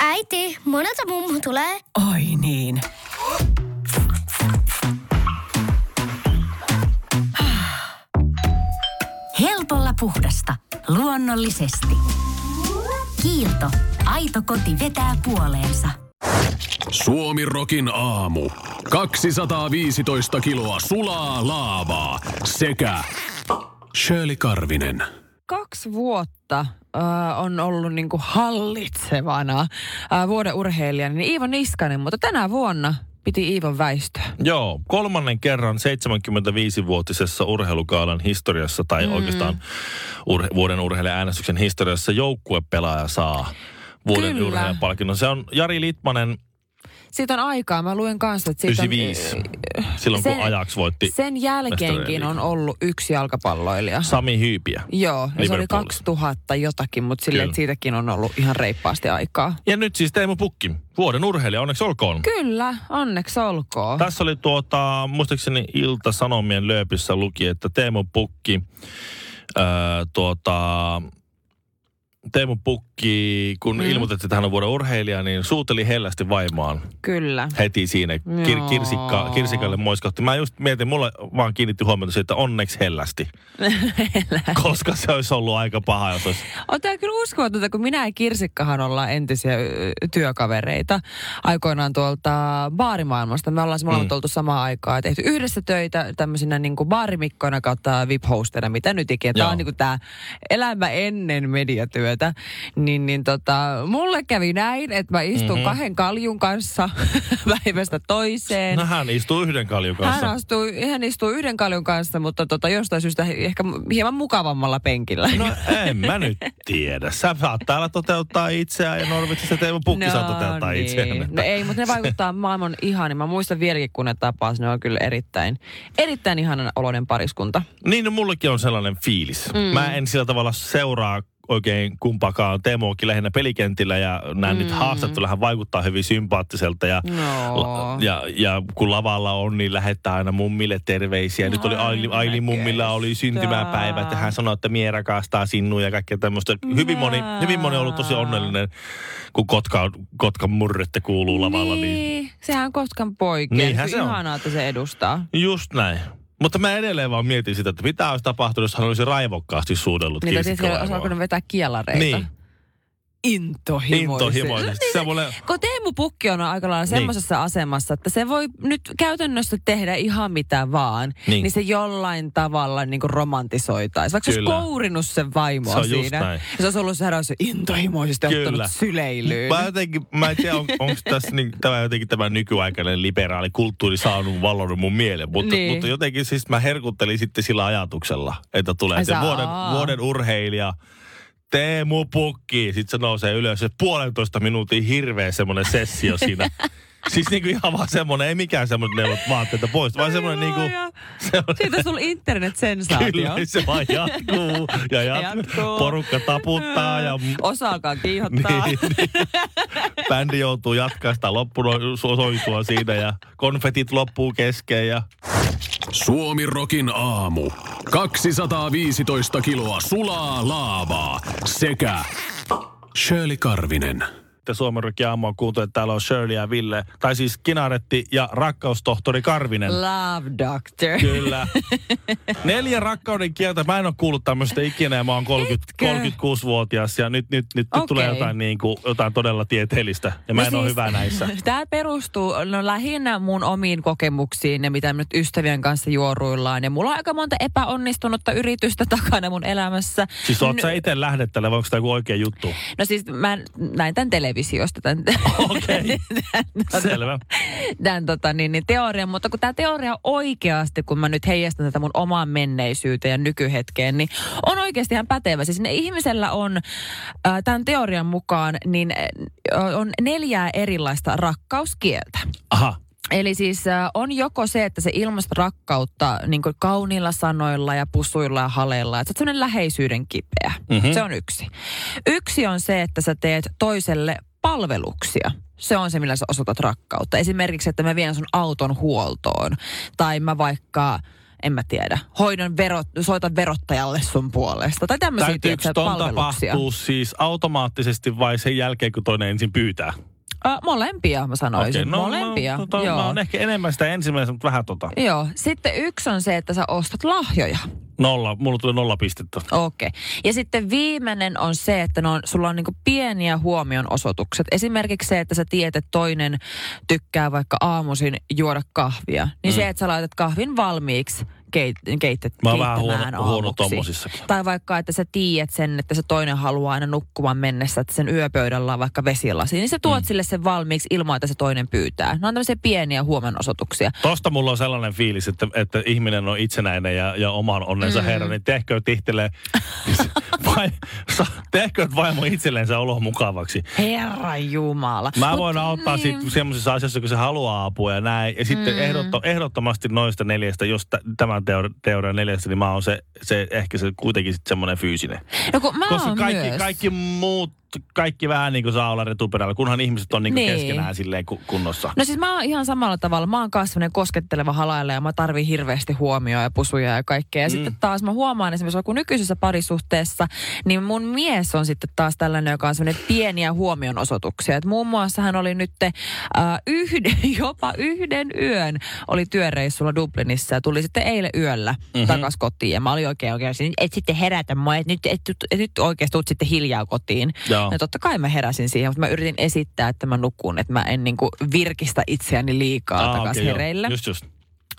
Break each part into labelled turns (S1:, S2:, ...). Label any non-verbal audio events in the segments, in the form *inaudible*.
S1: Äiti, monelta mummu tulee.
S2: Oi niin. Helpolla puhdasta. Luonnollisesti. Kiilto. Aito koti vetää puoleensa.
S3: Suomirokin aamu. 215 kiloa sulaa laavaa sekä Shirley Karvinen.
S4: kaksi vuotta äh, on ollut niin kuin hallitsevana äh, vuoden urheilijana, niin Iivo Niskanen, mutta tänä vuonna piti Iivon väistöä.
S5: Joo, kolmannen kerran 75-vuotisessa urheilukaalan historiassa, tai mm. oikeastaan urhe- vuoden urheilijaäänestyksen historiassa, joukkuepelaaja saa vuoden
S4: Kyllä.
S5: urheilijapalkinnon. Se on Jari Litmanen
S4: Siitä on aikaa, mä luin kanssa, että siitä
S5: 95,
S4: on...
S5: silloin
S4: sen-
S5: kun Ajax voitti
S4: Sen
S5: Mestarien
S4: jälkeenkin
S5: liigan.
S4: on ollut yksi jalkapalloilija.
S5: Sami Hyypiä.
S4: Joo, ja se oli
S5: Liverpoolista.
S4: 2000 jotakin, mutta silleen,
S5: Kyllä.
S4: että siitäkin on ollut ihan reippaasti aikaa.
S5: Ja nyt siis Teemu Pukki, vuoden urheilija, onneksi olkoon.
S4: Kyllä, onneksi olkoon.
S5: Tässä oli tuota, muistaakseni Ilta-Sanomien lööpissä luki, että Teemu Pukki, öö, tuota, Teemu Pukki, kun mm. ilmoitettiin, että hän on vuoden urheilija, niin suuteli hellästi vaimaan
S4: Kyllä.
S5: heti siinä. Kir,
S4: Joo.
S5: kirsikka, kirsikalle moiskahti. Mä just mietin, mulle vaan kiinnitti huomiota siitä, että
S4: *laughs*
S5: onneksi hellästi. Koska se olisi ollut aika paha, jos olisi...
S4: On tämä kyllä uskomatonta, kun minä ja Kirsikkahan ollaan entisiä ö, työkavereita aikoinaan tuolta baarimaailmasta. Me ollaan molemmat mm. oltu samaan aikaan tehty yhdessä töitä tämmöisinä niin kuin baarimikkoina kautta vip mitä nyt ikinä. Tämä
S5: Joo.
S4: on niin kuin tämä elämä ennen mediatyötä. Niin, niin tota, mulle kävi näin, että mä istun mm-hmm. kahden kaljun kanssa *laughs* päivästä toiseen.
S5: No hän istuu yhden kaljun kanssa.
S4: Hän, astuu, hän istuu yhden kaljun kanssa, mutta tota, jostain syystä ehkä hieman mukavammalla penkillä.
S5: No en mä nyt tiedä. Sä saat täällä toteuttaa itseään ja Norvitsissa Teemu Pukki saa toteuttaa
S4: niin.
S5: itseään.
S4: No ei, mutta ne vaikuttaa maailman ihanin. Mä muistan vieläkin, kun ne tapas, ne on kyllä erittäin, erittäin ihanan oloinen pariskunta.
S5: Niin, no mullekin on sellainen fiilis. Mm. Mä en sillä tavalla seuraa oikein kumpakaan. Teemu onkin lähinnä pelikentillä ja näin mm. nyt haastattelulla hän vaikuttaa hyvin sympaattiselta. Ja,
S4: No.
S5: la- ja, ja kun lavalla on, niin lähettää aina mummille terveisiä. Nyt oli Aili, Aili mummilla oli syntymäpäivä, että hän sanoi, että mie rakastaa sinua ja kaikkea tämmöistä. Hyvin moni, hyvin moni on ollut tosi onnellinen, kun Kotka, Kotkan murretta kuuluu lavalla. Niin.
S4: Niin, sehän on Koskan poikia.
S5: Niinhän
S4: Kyllä
S5: se on.
S4: Ihanaa, että se edustaa.
S5: Just näin. Mutta mä edelleen vaan mietin sitä, että mitä olisi tapahtunut, jos hän olisi raivokkaasti suudellut
S4: Niitä siis tietysti
S5: kirsikkalaivoa.
S4: osaako ne vetää kielareita.
S5: Niin,
S4: Intohimoisesti.
S5: intohimoisesti. Se mulle...
S4: Kun Teemu Pukki on aika
S5: Niin.
S4: lailla semmoisessa asemassa, että se voi nyt käytännössä tehdä ihan mitä vaan,
S5: Niin.
S4: niin, niin se jollain tavalla niin kuin romantisoitaisi. Vaikka se olisi
S5: Kyllä.
S4: kourinut sen vaimoa
S5: Se on just
S4: siinä.
S5: näin.
S4: Ja Se olisi ollut sehän olisi intohimoisesti
S5: Kyllä.
S4: ottanut syleilyyn.
S5: Mä, jotenkin, mä en tiedä, on, onko tässä niin, tämä jotenkin tämä nykyaikainen liberaali kulttuuri saanut vallonnut mun mielen, mutta, niin.
S4: Niin.
S5: mutta jotenkin siis mä herkuttelin sitten sillä ajatuksella, että tulee
S4: Ai
S5: se
S4: sä-
S5: vuoden,
S4: aa.
S5: vuoden urheilija, Teemu Pukki, sit se nousee ylös, se puolentoista minuutin hirveä semmoinen sessio siinä. Siis niinku ihan vaan semmoinen, ei mikään semmoinen neuvot vaatteita pois, vaan semmoinen niinku...
S4: Voi
S5: semmoinen-
S4: Siitä on tullut
S5: Kyllä,
S4: internet-sensaatio.
S5: se vaan jatkuu ja jatkuu.
S4: Jatkuu.
S5: Porukka taputtaa ja
S4: Osa alkaa kiihottaa.
S5: niin, niin. Bändi joutuu jatkaa sitä loppusoitua siinä ja konfetit loppuu kesken ja
S3: Suomirokin aamu. 215 kiloa sulaa laavaa sekä Shirley Karvinen.
S5: te Suomen Rokin aamua kuultu, että täällä on Shirley ja Ville, tai siis Kinaretti ja rakkaustohtori Karvinen.
S4: Love Doctor.
S5: Kyllä. Neljä rakkauden kieltä. Mä en ole kuullut tämmöistä ikinä ja mä oon 30,
S4: Etkö?
S5: 36-vuotias ja nyt, nyt, nyt, nyt
S4: Okei. No
S5: tulee jotain, niin kuin, jotain todella tieteellistä. Ja mä en ole
S4: *laughs*
S5: hyvä näissä.
S4: Tämä siis- perustuu no, lähinnä mun omiin kokemuksiin ja mitä nyt ystävien kanssa juoruillaan. Ja mulla on aika monta epäonnistunutta yritystä takana mun elämässä.
S5: Siis oot sä
S4: N-
S5: itse lähdettävä, vai onko tämä joku oikea juttu?
S4: No siis mä näin tämän televisiosta, tämän, *laughs*
S5: Okei.
S4: No
S5: Selvä.
S4: tämän tota, niin, niin, teorian. Mutta kun tämä teoria oikeasti, kun mä nyt heijastan tätä mun omaan menneisyyteen ja nykyhetkeen, niin on oikeasti ihan pätevä. Siis ne ihmisellä on äh, tämän teorian mukaan niin äh, on neljää erilaista rakkauskieltä.
S5: Aha.
S4: Eli siis äh, on joko se, että se ilmaista rakkautta niin kuin kauniilla sanoilla ja pusuilla ja haleilla. Että sä oot semmoinen läheisyyden kipeä.
S5: Mhm.
S4: Mm-hmm. Se on yksi. Yksi on se, että sä teet toiselle palveluksia. Se on se, millä sä osoitat rakkautta. Esimerkiksi, että mä vien sun auton huoltoon. Tai mä vaikka en mä tiedä. Hoidon verot, soita verottajalle sun puolesta. Tai tämmöisiä
S5: Täytyykö
S4: tiedätkö,
S5: ton
S4: palveluksia.
S5: tapahtuu siis automaattisesti vai sen jälkeen, kun toinen ensin pyytää?
S4: Ä, Äh, molempia mä sanoisin.
S5: Okei,
S4: Okay, no, molempia,
S5: Mä,
S4: no,
S5: tota,
S4: joo.
S5: mä oon ehkä enemmän sitä ensimmäistä, mutta vähän tota.
S4: Joo. Sitten yksi on se, että sä ostat lahjoja.
S5: Nolla, mulla tuli nolla pistettä.
S4: Okei. Okay. Ja sitten viimeinen on se, että no, sulla on niinku pieniä huomionosoitukset. Esimerkiksi se, että sä tiedät, että toinen tykkää vaikka aamuisin juoda kahvia. Niin mm. se, että sä laitat kahvin valmiiksi keit, keitet,
S5: Mä oon vähän
S4: keittämään
S5: huono- huono
S4: aamuksi.
S5: tommosissakin.
S4: Tai vaikka, että sä tiedät sen, että se toinen haluaa aina nukkumaan mennessä, että sen yöpöydällä on vaikka vesilasi. Niin sä tuot mm. sille sen valmiiksi ilman, että se toinen pyytää. Ne on tämmöisiä pieniä huomionosoituksia.
S5: Tosta mulla on sellainen fiilis, että, että ihminen on itsenäinen ja, ja oman onnensa mm. herra, niin tehkööt itselleen, *laughs* vai, sa- tehkööt vaimo itsellensä olo mukavaksi.
S4: Herra Jumala.
S5: Mä voin auttaa niin. sit semmoisissa asioissa, kun se haluaa apua ja näin. Ja sitten mm. ehdotto, ehdottomasti noista neljästä, jos t- tämän teor- teorian neljästä, niin mä oon se, se ehkä se kuitenkin sitten semmoinen fyysinen.
S4: No kun mä
S5: Koska
S4: oon
S5: kaikki,
S4: myös.
S5: kaikki muut, kaikki vähän niin kuin saa olla retuperällä, kunhan ihmiset on niin kuin
S4: Niin.
S5: keskenään silleen ku- kunnossa.
S4: No siis mä oon ihan samalla tavalla. Mä oon kasvanen kosketteleva halailla ja mä tarvin hirveästi huomioon ja pusuja ja kaikkea. Ja mm. sitten taas mä huomaan esimerkiksi, kun nykyisessä parisuhteessa, niin mun mies on sitten taas tällainen, joka on semmoinen pieniä huomionosoituksia. Et muun muassa hän oli nyt äh, yhden, *laughs* jopa yhden yön oli työreissulla Dublinissa ja tuli sitten eilen yöllä mm-hmm. takas kotiin. Ja mä olin oikein oikein, siinä, et sitten herätä mua, et nyt, et, et, nyt oikeasti tuut sitten hiljaa kotiin.
S5: Joo.
S4: No totta kai mä heräsin siihen, mutta mä yritin esittää, että mä nukun, että mä en niinku virkistä itseäni liikaa ah, takaisin okay,
S5: okei, joo.
S4: hereille.
S5: Just, just.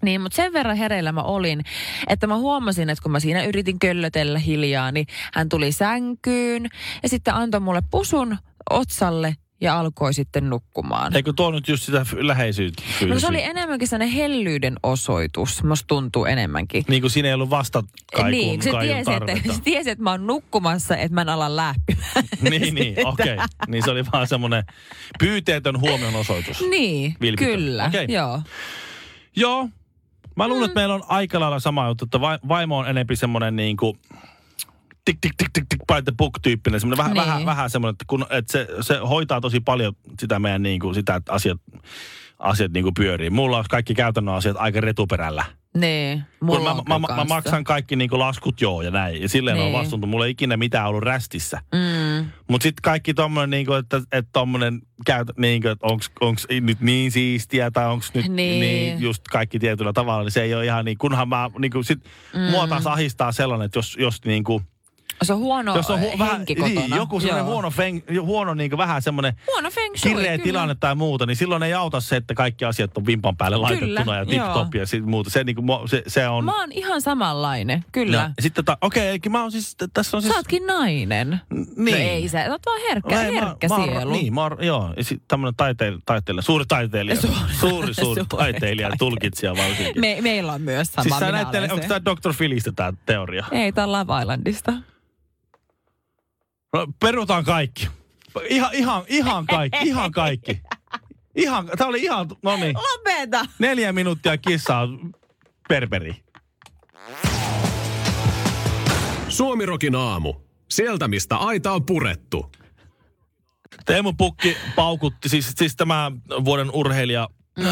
S4: Niin, mutta sen verran hereillä mä olin, että mä huomasin, että kun mä siinä yritin köllötellä hiljaa, niin hän tuli sänkyyn ja sitten antoi mulle pusun otsalle ja alkoi sitten nukkumaan.
S5: Eikö tuo nyt just sitä f- läheisyyttä?
S4: No se
S5: fyysisyyttä?
S4: oli enemmänkin sellainen hellyyden osoitus, musta tuntuu enemmänkin.
S5: Niin kuin siinä ei ollut vasta
S4: niin, se tiesi, että, *laughs* se tiesi, että mä oon nukkumassa, että mä en ala läppimään.
S5: *laughs* niin, niin, okei. Okay. Niin se oli vaan semmoinen pyyteetön huomionosoitus.
S4: Niin,
S5: Vilpitön.
S4: kyllä,
S5: Okei.
S4: joo.
S5: Joo. Mä luulen, että meillä on aika lailla sama juttu, että vai- vaimo on enempi semmoinen niin kuin tik tik tik tik tik by the book tyyppinen. Semmoinen vähän,
S4: Niin.
S5: vähän, vähän semmoinen, että, kun, että se, se, hoitaa tosi paljon sitä meidän niin kuin, sitä, että asiat, asiat niin kuin pyörii. Mulla on kaikki käytännön asiat aika retuperällä.
S4: Niin,
S5: Kun
S4: mulla
S5: mä,
S4: on
S5: mä,
S4: kyllä
S5: mä, mä,
S4: kanssa.
S5: maksan kaikki niin kuin laskut joo ja näin. Ja silleen niin. on
S4: Niin.
S5: vastuuntunut. Mulla ei ikinä mitään ollut rästissä.
S4: Mm.
S5: Mutta sitten kaikki tommonen, niinku, että, että tommonen käytä, niinku, että onks, onks nyt niin siistiä tai onks nyt niin.
S4: Niin.
S5: niin just kaikki tietyllä tavalla, niin se ei ole ihan niin, kunhan mä, niinku, sit mm. mua taas ahistaa sellainen, että jos, jos niinku,
S4: Se on huono
S5: jos on
S4: Oh, henki kotona.
S5: niin, joku semmoinen huono, feng, huono niinku vähän semmoinen
S4: huono feng shui,
S5: kireä
S4: kyllä.
S5: tilanne tai muuta, niin silloin ei auta se, että kaikki asiat on vimpan päälle laitettuna
S4: Kyllä,
S5: ja tip-top
S4: joo.
S5: ja sit muuta. Se, niinku, mua- se, se on...
S4: Mä oon ihan samanlainen, kyllä.
S5: ja, sitten ta, okei, okay, mä oon siis, tässä on siis...
S4: Sä ootkin nainen.
S5: Niin.
S4: No ei sä, oot vaan herkkä,
S5: Ei,
S4: herkkä
S5: mä,
S4: sielu.
S5: Mä, oon- niin, mä, oon- joo, ja sit tämmönen taiteilija, taiteilija, suuri taiteilija, suuri,
S4: Suuri-
S5: suuri, suuri
S4: suuri
S5: taiteilija,
S4: taiteilija.
S5: tulkitsija varsinkin.
S4: Me, meillä on myös sama,
S5: siis sä
S4: minä
S5: näyttelet,
S4: olen
S5: onko
S4: se.
S5: tää Dr. Philistä tää teoria?
S4: Ei, tää on Love Islandista.
S5: No, perutaan kaikki. Ihan, ihan, ihan kaikki, ihan
S4: *laughs*
S5: kaikki. Ihan, tää oli ihan, no niin,
S4: Lopeta!
S5: neljä minuuttia kissaa perperi.
S3: Suomirokin aamu. Sieltä, mistä aita on purettu.
S5: Teemu Pukki paukutti, siis, siis tämä vuoden urheilija
S4: Mm.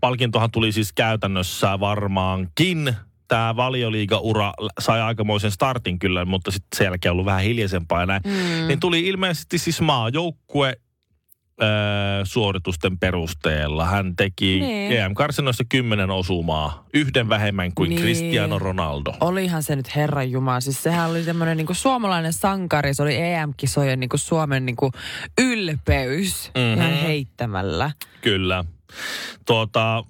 S5: palkintohan tuli siis käytännössä varmaankin. Tämä valioliiga-ura sai aikamoisen startin kyllä, mutta sitten sen jälkeen ollut vähän hiljaisempaa ja näin. Mm. Niin tuli ilmeisesti siis maajoukkue öö, suoritusten perusteella. Hän teki
S4: Niin.
S5: EM-karsinoissa kymmenen osumaa, yhden vähemmän kuin
S4: Niin.
S5: Cristiano Ronaldo.
S4: Olihan se nyt Herran Jumala. Siis sehän oli semmoinen niinku suomalainen sankari. Se oli EM-kisojen niinku Suomen niinku ylpeys mm-hmm.
S5: Mhm.
S4: ihan heittämällä.
S5: Kyllä. Tuota,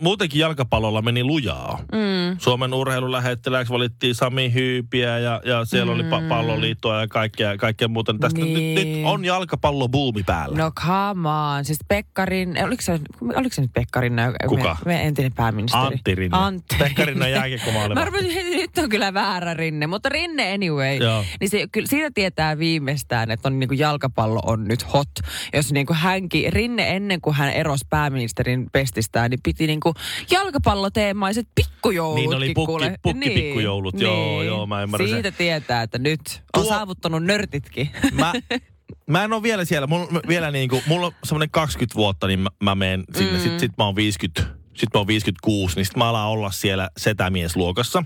S5: muutenkin jalkapallolla meni lujaa. Mm. Suomen urheilulähettiläksi valittiin Sami Hyypiä ja, ja siellä mm. oli pa- palloliittoa ja kaikkea, kaikkea muuta. Tästä niin.
S4: Niin.
S5: nyt, nyt on jalkapallobuumi päällä.
S4: No come on. Siis Pekkarin, oliko se, oliko se nyt Pekkarin nä-
S5: Kuka?
S4: Me, me entinen pääministeri.
S5: Antti Rinne.
S4: Antti.
S5: Pekkarinnan jääkiekkomaalivahti.
S4: *laughs* Mä rupesin, heti, nyt on kyllä väärä Rinne, mutta Rinne anyway.
S5: Joo.
S4: Niin se, kyllä siitä tietää viimeistään, että on, niin kuin jalkapallo on nyt hot. Jos niin kuin hänkin, Rinne ennen kuin hän erosi pääministerin pestistään, niin piti niin kuin jalkapalloteemaiset pikkujoulut. Niin.
S5: Niin oli pukki- pukki pikkujoulut, joo, joo, mä ymmärrän sen.
S4: Siitä tietää, että nyt on
S5: Tuo-
S4: saavuttanut nörtitkin. *laughs*
S5: Mä, mä en ole niinku, vielä siellä. Mulla, on vielä niin kuin, mulla on semmoinen 20 vuotta, niin mä, mä menen sinne. Mm. Sitten sit mä oon 50 sitten mä oon 56, niin sitten mä alan olla siellä setämiesluokassa.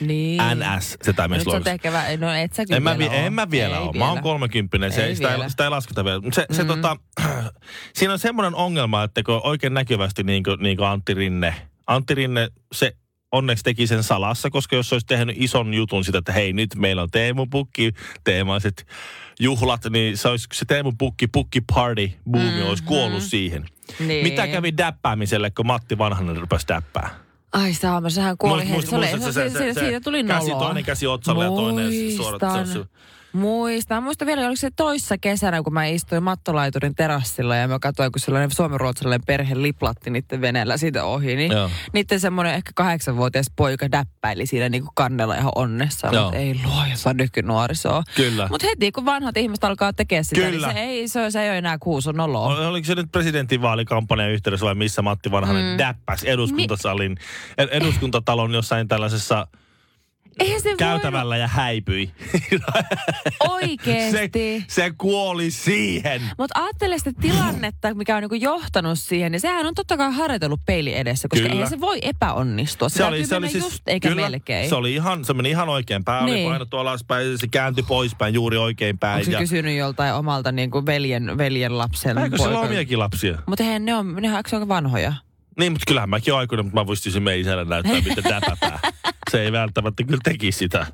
S4: Niin.
S5: NS
S4: Nyt sä oot
S5: setämiesluokassa.
S4: ehkä vähän, no et sä kyllä
S5: En mä, vi-
S4: vielä oo.
S5: en mä vielä
S4: Ei
S5: ole. Mä oon kolmekymppinen. Se,
S4: Ei
S5: sitä,
S4: vielä. Mm-hmm.
S5: ei, sitä ei lasketa vielä. Mut Se, se tota, *clears throat* siinä on semmoinen ongelma, että kun oikein näkyvästi niin kuin, niin kuin Antti Rinne, Antti Rinne se onneksi teki sen salassa, koska jos se olisi tehnyt ison jutun sitä, että hei nyt meillä on Teemu Pukki teemaiset juhlat, niin se, olisi, se Teemu Pukki, Pukki Party boomi mm-hmm. olisi kuollut siihen.
S4: Niin.
S5: Mitä kävi däppäämiselle, kun Matti Vanhanen rupesi däppää?
S4: Ai saama, sehän kuoli
S5: Muist-
S4: heti. Se oli-
S5: muistatko
S4: se-
S5: se-
S4: se-
S5: se- se-
S4: Siitä tuli
S5: käsi-
S4: noloa.
S5: toinen käsi otsalla ja toinen suorat- se on
S4: Muistan.
S5: se-
S4: Muistan. Muistan vielä, oliko se toissa kesänä, kun mä istuin mattolaiturin terassilla ja mä katsoin, kun sellainen suomenruotsalainen perhe liplatti niiden veneellä siitä ohi. Niin
S5: Joo.
S4: niiden semmoinen ehkä kahdeksanvuotias poika däppäili siinä niin kuin kannella ihan onnessa.
S5: Joo.
S4: Mutta ei luoja nykynuorisoa.
S5: Kyllä.
S4: Mutta heti kun vanhat ihmiset alkaa tekemään sitä,
S5: Kyllä.
S4: niin se ei, se, se ei ole enää kuuso noloa.
S5: Ol- Oliko se nyt presidentinvaalikampanjan yhteydessä vai missä Matti Vanhanen mm. däppäsi eduskuntasalin, ed- eduskuntatalon jossain tällaisessa
S4: Eihän se
S5: käytävällä ja häipyi. *laughs*
S4: voi oikeesti.
S5: se, se kuoli siihen.
S4: Mutta ajattele sitä tilannetta, mikä on niinku johtanut siihen, niin sehän on totta kai harjoitellut peili edessä, koska
S5: Kyllä.
S4: ei se voi epäonnistua. Se, se oli, se oli siis, just eikä kyllä, melkein.
S5: se oli ihan, se meni ihan oikein päin, niin.
S4: Niin.
S5: oli painettu alaspäin ja se kääntyi poispäin juuri oikein päin.
S4: Onko se kysynyt joltain omalta niinku veljen, veljen lapsen
S5: Eikö sillä ole omiakin lapsia?
S4: Mutta eihän ne on, ne on aika vanhoja.
S5: Niin, mutta kyllähän mäkin oon aikuinen, mutta mä voisin meidän isällä näyttää, miten
S4: *laughs*
S5: täpäpää. Se ei välttämättä kyllä tekisi sitä.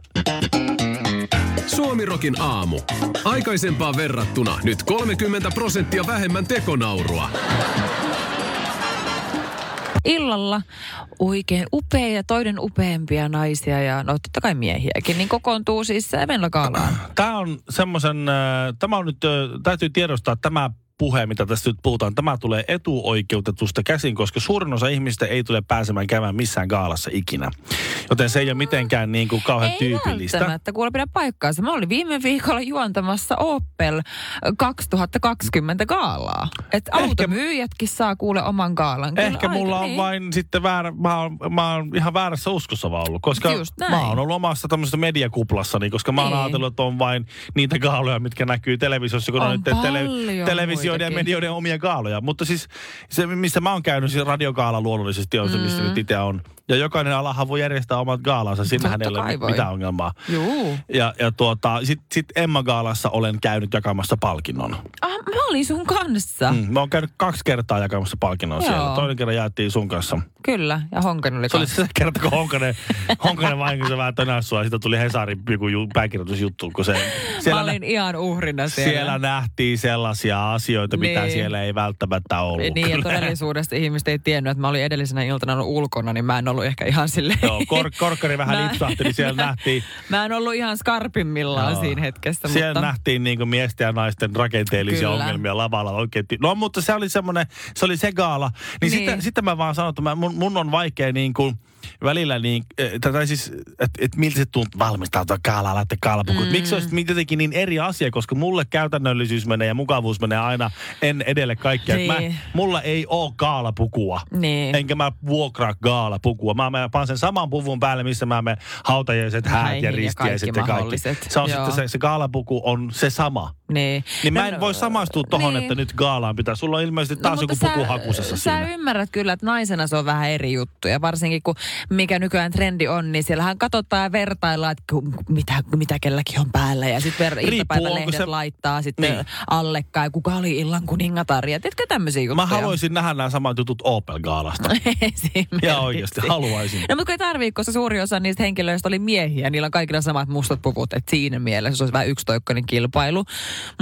S3: Suomirokin aamu. Aikaisempaan verrattuna nyt 30 prosenttia vähemmän tekonaurua.
S4: Illalla oikein upea ja toinen upeampia naisia ja no totta kai miehiäkin, niin kokoontuu siis Seven Gaalaan.
S5: Tämä on semmoisen, äh, tämä on nyt, äh, täytyy tiedostaa että tämä puhe, mitä tästä nyt puhutaan, tämä tulee etuoikeutetusta käsin, koska suurin osa ihmistä ei tule pääsemään käymään missään gaalassa ikinä. Joten se ei ole mitenkään niin kuin kauhean
S4: Ei
S5: tyypillistä.
S4: välttämättä, kuule pidä paikkaansa. Mä olin viime viikolla juontamassa Opel 2020 gaalaa. Et automyyjätkin saa kuule oman gaalan. Kyllä
S5: Ehkä mulla
S4: aika,
S5: on
S4: niin.
S5: vain sitten väärä, mä oon, mä oon ihan väärässä uskossa vaan ollut, koska
S4: Just näin.
S5: mä oon ollut omassa tämmöisessä mediakuplassani, koska mä oon
S4: Niin.
S5: ajatellut, että on vain niitä gaaloja, mitkä näkyy televisiossa, kun on,
S4: On
S5: nyt tele-
S4: paljon
S5: televisioiden ja
S4: muitakin.
S5: medioiden omia gaaloja. Mutta siis se, missä mä oon käynyt, siis radiogaala luonnollisesti on se, mistä nyt itse on. Ja jokainen alahan voi järjestää omat gaalansa, sinähän ei
S4: Mm. Totta
S5: ole
S4: kai
S5: mit-
S4: voi.
S5: mitään ongelmaa.
S4: Juu.
S5: Ja, ja tuota, sit, sit Emma Gaalassa olen käynyt jakamassa palkinnon.
S4: Ah, mä olin sun kanssa. Mm.
S5: Mm, mä oon käynyt kaksi kertaa jakamassa palkinnon
S4: Joo.
S5: siellä. Toinen kerran jaettiin sun kanssa.
S4: Kyllä, ja Honkanen oli
S5: Se oli
S4: kanssa.
S5: se kerta, kun
S4: *laughs*
S5: Honkanen, Honkanen vahingossa niin vähän tönäs sua, ja siitä tuli Hesarin joku ju- pääkirjoitusjuttu, kun se,
S4: Mä
S5: siellä, nä-
S4: olin ihan uhrina siellä.
S5: siellä nähtiin sellaisia asioita, mitä
S4: Niin.
S5: siellä ei välttämättä ollut.
S4: Niin, ja
S5: Kyllä.
S4: todellisuudessa ihmiset ei tiennyt, että mä olin edellisenä iltana ollut ulkona, niin mä en ollut ehkä ihan silleen...
S5: Joo,
S4: *laughs*
S5: kor- korkkari vähän
S4: Mä-
S5: lipsahti, niin siellä
S4: mä-
S5: nähtiin,
S4: *laughs* Mä en ollut ihan skarpimmillaan
S5: Joo.
S4: siinä hetkessä,
S5: siellä
S4: mutta...
S5: nähtiin niin miesten ja naisten rakenteellisia
S4: Kyllä.
S5: ongelmia lavalla oikein. ty- No mutta se oli semmoinen, se oli se gaala. Niin,
S4: Niin.
S5: Sitten, sitten mä vaan sanon, että mä, mun, mun on vaikea niin kuin välillä niin, eh, tätä siis, että et miltä se tuntuu valmistautua gaalaan, laittaa gaalapukut. Mm. Miksi se olisi jotenkin niin eri asia, koska mulle käytännöllisyys menee ja mukavuus menee aina en edelle kaikkea. Et
S4: Niin.
S5: Mä, mulla ei ole gaalapukua.
S4: Niin.
S5: Enkä mä vuokraa gaalapukua. Mä, mä panen sen saman puvun päälle, missä mä me hautajaiset, häät
S4: Häihin ja
S5: ja ristiäiset ja
S4: kaikki
S5: kaikki.
S4: mahdolliset.
S5: Se on
S4: Joo.
S5: sitten se, se gaalapuku on se sama.
S4: Niin.
S5: Niin
S4: No,
S5: mä en
S4: no,
S5: voi samaistua
S4: niin.
S5: tohon, niin. että nyt gaalaan pitää. Sulla on ilmeisesti taas no, joku
S4: mutta
S5: puku hakusessa
S4: sä
S5: siinä.
S4: ymmärrät kyllä, että naisena se on vähän eri juttu. Ja varsinkin kun mikä nykyään trendi on, niin siellähän katsotaan ja vertaillaan, että ku- mitä, mitä kelläkin on päällä. Ja sitten ver-
S5: Riippuu,
S4: iltapäivälehdet
S5: onko
S4: se...
S5: se-
S4: laittaa sitten niin.
S5: Niin.
S4: allekkaan, kuka oli illan kuningatar. Ja tiedätkö tämmöisiä juttuja?
S5: Mä haluaisin nähdä nämä samat jutut Opel-gaalasta.
S4: *laughs* Esimerkiksi.
S5: Ja oikeasti, haluaisin.
S4: No mutta kun ei tarvii, koska suuri osa niistä henkilöistä oli miehiä. Niillä on kaikilla samat mustat puvut, että siinä mielessä se olisi vähän yksitoikkoinen kilpailu.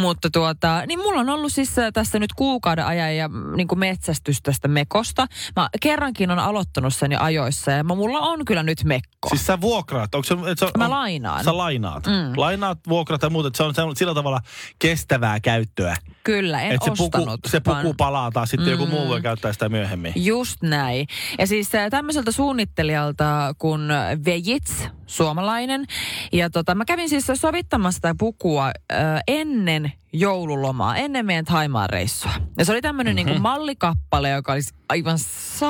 S4: Mutta tuota, niin mulla on ollut siis äh, tässä nyt kuukauden ajan ja mm, niin kuin metsästys tästä mekosta. Mä kerrankin on aloittanut sen jo ajoissa ja mä- mulla on kyllä nyt mekko.
S5: Siis sä vuokraat, onko se... et Sä,
S4: Mä
S5: on-
S4: lainaan.
S5: Sä lainaat. Mm. Lainaat, vuokraat ja muuta, että se on semmo- sillä tavalla kestävää käyttöä.
S4: kyllä, en
S5: Et se, puku,
S4: ostanut.
S5: se puku
S4: vaan-
S5: palaa taas sitten mm. joku muu voi käyttää sitä myöhemmin.
S4: Just näin. Ja siis äh, tämmöiseltä suunnittelijalta kuin Vejits, suomalainen. Ja tota, mä kävin siis sovittamassa tätä pukua ö, ennen joululomaa, ennen meidän Thaimaan reissua. Ja se oli tämmöinen mm-hmm.
S5: Mhm.
S4: niin mallikappale, joka olisi aivan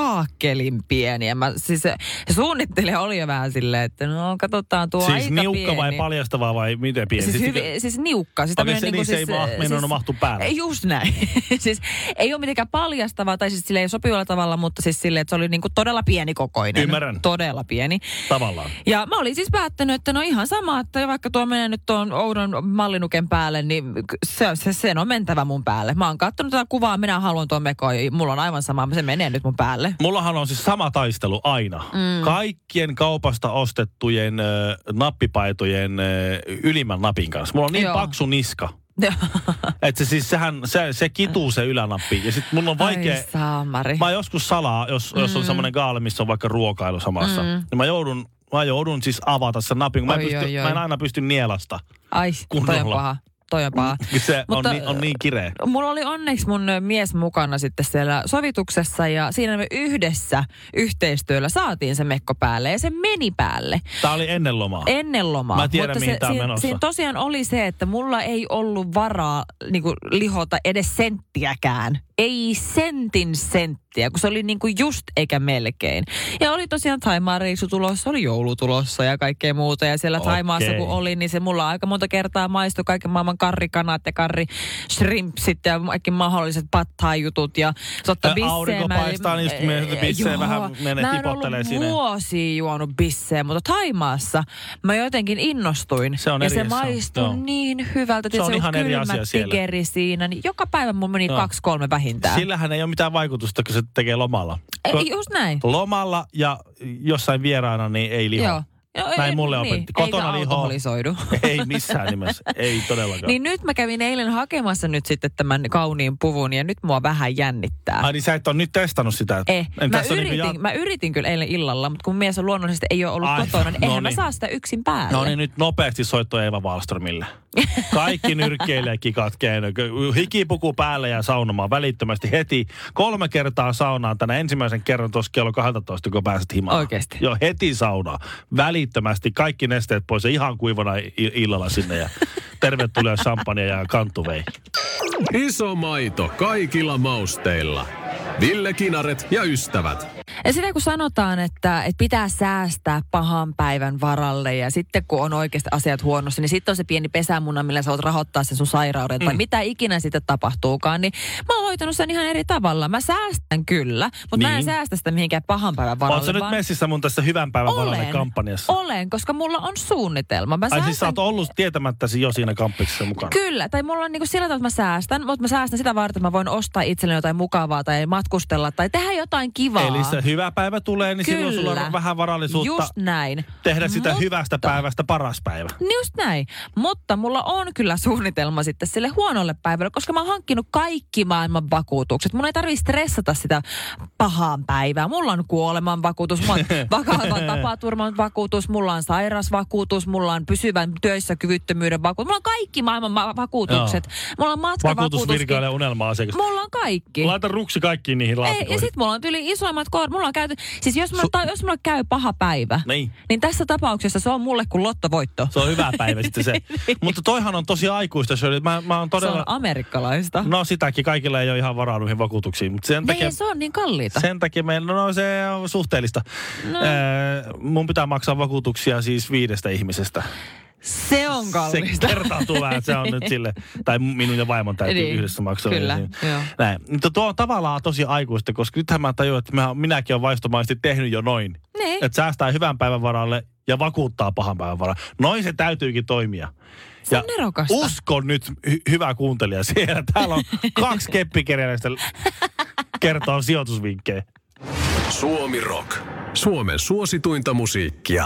S4: saakelin pieni. Ja mä, siis se, se suunnittelija oli jo vähän silleen, että no katsotaan tuo
S5: Siis
S4: aika
S5: niukka
S4: pieni.
S5: vai paljastavaa vai miten pieni?
S4: Siis,
S5: Siis-
S4: hyvin, siis niukka. Siis
S5: Okei,
S4: tämmönen
S5: se-
S4: niinku
S5: niin, se ei vaan meinannut mahtua päälle.
S4: Ei, Just näin. *laughs* siis ei ole mitenkään paljastavaa tai siis sille ei sopivalla tavalla, mutta siis silleen, että se oli niinku todella pienikokoinen.
S5: Ymmärrän.
S4: Todella pieni.
S5: Tavallaan.
S4: Ja mä olin siis päättänyt, että no ihan sama, että vaikka tuo menee nyt tuon oudon mallinuken päälle, niin se, se, sen on mentävä mun päälle. Mä oon kattonut tätä kuvaa, minä haluan tuon mekon, ja mulla on aivan sama, se menee nyt mun päälle. *laughs*
S5: Mullahan on siis sama taistelu aina. Mm. Kaikkien kaupasta ostettujen äh, nappipaitojen äh, ylimmän napin kanssa. Mulla on niin
S4: Joo.
S5: Joo. paksu niska, että se siis sehän, se, se kituu se ylänappi. Ja sit mun on vaikea...
S4: Ai saamari.
S5: Mä joskus salaa, jos, mm. jos on semmoinen gaala, missä on vaikka ruokailu samassa. Mm. Niin mä joudun, mä joudun siis avata sen napin, kun mä,
S4: Oi,
S5: en pysty,
S4: oi, oi.
S5: mä en aina pysty nielasta. *laughs*
S4: Ai, toi on
S5: kunnolla.
S4: paha. Toi on paha.
S5: Se
S4: Mutta-
S5: Mutta, on, niin, on niin kireä.
S4: mulla oli onneksi mun mies mukana sitten siellä sovituksessa ja siinä me yhdessä yhteistyöllä saatiin se mekko päälle ja se meni päälle
S5: Tää oli ennen lomaa.
S4: ennen lomaa.
S5: Mä tiedän,
S4: Mutta
S5: mihin
S4: se,
S5: tää on
S4: siinä-
S5: menossa.
S4: Siinä tosiaan oli se, että mulla ei ollut varaa niin kuin, lihota edes senttiäkään. Ei sentin senttiä, kun se oli niin kuin just eikä melkein. Ja oli tosiaan Thaimaan reissu tulossa, oli joulu tulossa ja kaikkea muuta. Ja siellä
S5: Okei.
S4: Taimaassa kun oli, niin se mulla aika monta kertaa maistui kaiken maailman karrikanat ja karri shrimpsit ja kaikki mahdolliset pattaa-jutut. Ja totta
S5: Ja aurinko
S4: bisseä mä-
S5: paistaa, niin just kun menee sitä bisseä
S4: Joo.
S5: vähän menee
S4: Mä en
S5: tipottelee
S4: ollut
S5: sinne.
S4: vuosia juonut bissejä, mutta Taimaassa mä jotenkin innostuin.
S5: Se on
S4: ja
S5: eri-
S4: se
S5: se on-
S4: maistui
S5: joo.
S4: niin hyvältä.
S5: Se on
S4: Tiedätkö,
S5: ihan eri
S4: kylmä
S5: asia siellä.
S4: tikeri siinä. Niin joka päivä mun meni
S5: Joo.
S4: kaksi kolme vähintään. Sillä...
S5: Sillähän ei ole mitään vaikutusta, kun se tekee lomalla. Kun
S4: Just näin.
S5: Lomalla ja jossain vieraana niin ei liho.
S4: Joo. Joo, niin.
S5: Näin mulle opetti. Kotona
S4: Eikä
S5: lihoa. *laughs*
S4: alkoholisoidu.
S5: Ei missään nimessä. Ei
S4: *laughs*
S5: todellakaan.
S4: Niin nyt mä kävin eilen hakemassa nyt sitten tämän kauniin puvun ja nyt mua vähän jännittää.
S5: Ai niin sä et ole nyt testannut sitä.
S4: Eh,
S5: En
S4: mä,
S5: tässä
S4: yritin,
S5: niinku jaa-
S4: mä yritin kyllä eilen illalla, mutta kun mies on luonnollisesti ei ole ollut
S5: Ai,
S4: kotona, niin
S5: no
S4: eihän mä
S5: niin.
S4: saa sitä yksin päälle.
S5: No niin, nyt nopeasti soitto Eeva
S4: *laughs*
S5: Wallströmille. Kaikki nyrkkeilee kikat keinoin. Hikipuku päälle ja saunomaan välittömästi heti. Kolme kertaa saunaan tänä ensimmäisen kerran tuossa kello 12, kun pääset himaan.
S4: Oikeesti?
S5: Joo, heti saunaa. Välittömästi kaikki nesteet pois ja ihan kuivana i- illalla sinne. Ja tervetuloa champagne ja kantuvei.
S3: Iso maito kaikilla mausteilla. Ville Kinaret ja ystävät.
S4: Ja sitä kun sanotaan, että, että pitää säästää pahan päivän varalle ja sitten kun on oikeasti asiat huonossa, niin sitten on se pieni pesämuna, millä sä voit rahoittaa sen sun sairauden
S5: Mm.
S4: tai mitä ikinä sitten tapahtuukaan, niin mä oon hoitanut sen ihan eri tavalla. Mä säästän kyllä, mutta niin. mä en
S5: Niin.
S4: säästä sitä mihinkään pahan päivän varalle.
S5: Oletko nyt
S4: vaan-
S5: messissä mun tässä hyvän päivän varalle
S4: olen,
S5: kampanjassa?
S4: olen, koska mulla on suunnitelma. Mä
S5: Ai
S4: säästän
S5: siis sä oot ollut tietämättäsi jo siinä kampiksessa mukana.
S4: Kyllä, tai mulla on niinku sillä tavalla, että mä säästän, mutta mä säästän sitä varten, että mä voin ostaa itselleni jotain mukavaa tai matkustella tai tehdä jotain kivaa.
S5: Eli se hyvä päivä tulee, niin silloin sulla on vähän varallisuutta.
S4: Just näin.
S5: tehdä sitä
S4: Mutta-
S5: Mutta... hyvästä päivästä paras päivä.
S4: Just näin. Mutta mulla on kyllä suunnitelma sitten sille huonolle päivälle, koska mä oon hankkinut kaikki maailman vakuutukset. Mun ei tarvii stressata sitä pahaan päivään. Mulla on kuoleman vakuutus,
S5: *laughs*
S4: mulla on vakavan tapaturman vakuutus, mulla on sairasvakuutus, mulla on pysyvän työssä kyvyttömyyden vakuutus. Mulla on kaikki maailman ma- vakuutukset. Mulla on matkavakuutus.
S5: Vakuutusvirkailija unelma-asiakas.
S4: Mulla on kaikki.
S5: Laita ruksi kaikkiin niihin
S4: Ei, ja
S5: laatikoihin.
S4: sit mulla on yli isoimmat kor... Mulla on käyty... Siis jos mulla,
S5: Su-
S4: tai jos mulla käy paha päivä,
S5: Niin.
S4: niin tässä tapauksessa se on mulle kuin lottovoitto.
S5: Se on hyvä päivä
S4: *laughs*
S5: sitten se. Mutta toihan on tosi aikuista, Shirley. Mä, mä oon
S4: Niin. Se
S5: todella...
S4: on amerikkalaista.
S5: No sitäkin, kaikilla ei ole ihan varaa noihin vakuutuksiin. Mutta sen
S4: Ne
S5: takia...
S4: ei, se on niin kalliita.
S5: Sen takia meillä, no se on suhteellista. No. mun pitää maksaa vakuutuksia siis viidestä ihmisestä.
S4: se on kallista.
S5: Se kertautuu vähän, se on
S4: *laughs*
S5: nyt sille, tai minun ja vaimon täytyy
S4: Niin,
S5: niin, yhdessä maksaa.
S4: kyllä, joo.
S5: Näin. Mutta tuo on tavallaan tosi aikuista, koska nythän mä tajun, että mä, minäkin olen vaistomaisesti tehnyt jo noin.
S4: Niin.
S5: Että säästää hyvän päivän varalle ja vakuuttaa pahan päivän varalle. Noin se täytyykin toimia.
S4: Se on nerokasta.
S5: Uskon nyt, hy- hyvä kuuntelija siellä.
S4: *laughs*
S5: Täällä on kaksi keppikeräistä kertoo sijoitusvinkkejä.
S3: Suomi Rock. Suomen suosituinta musiikkia.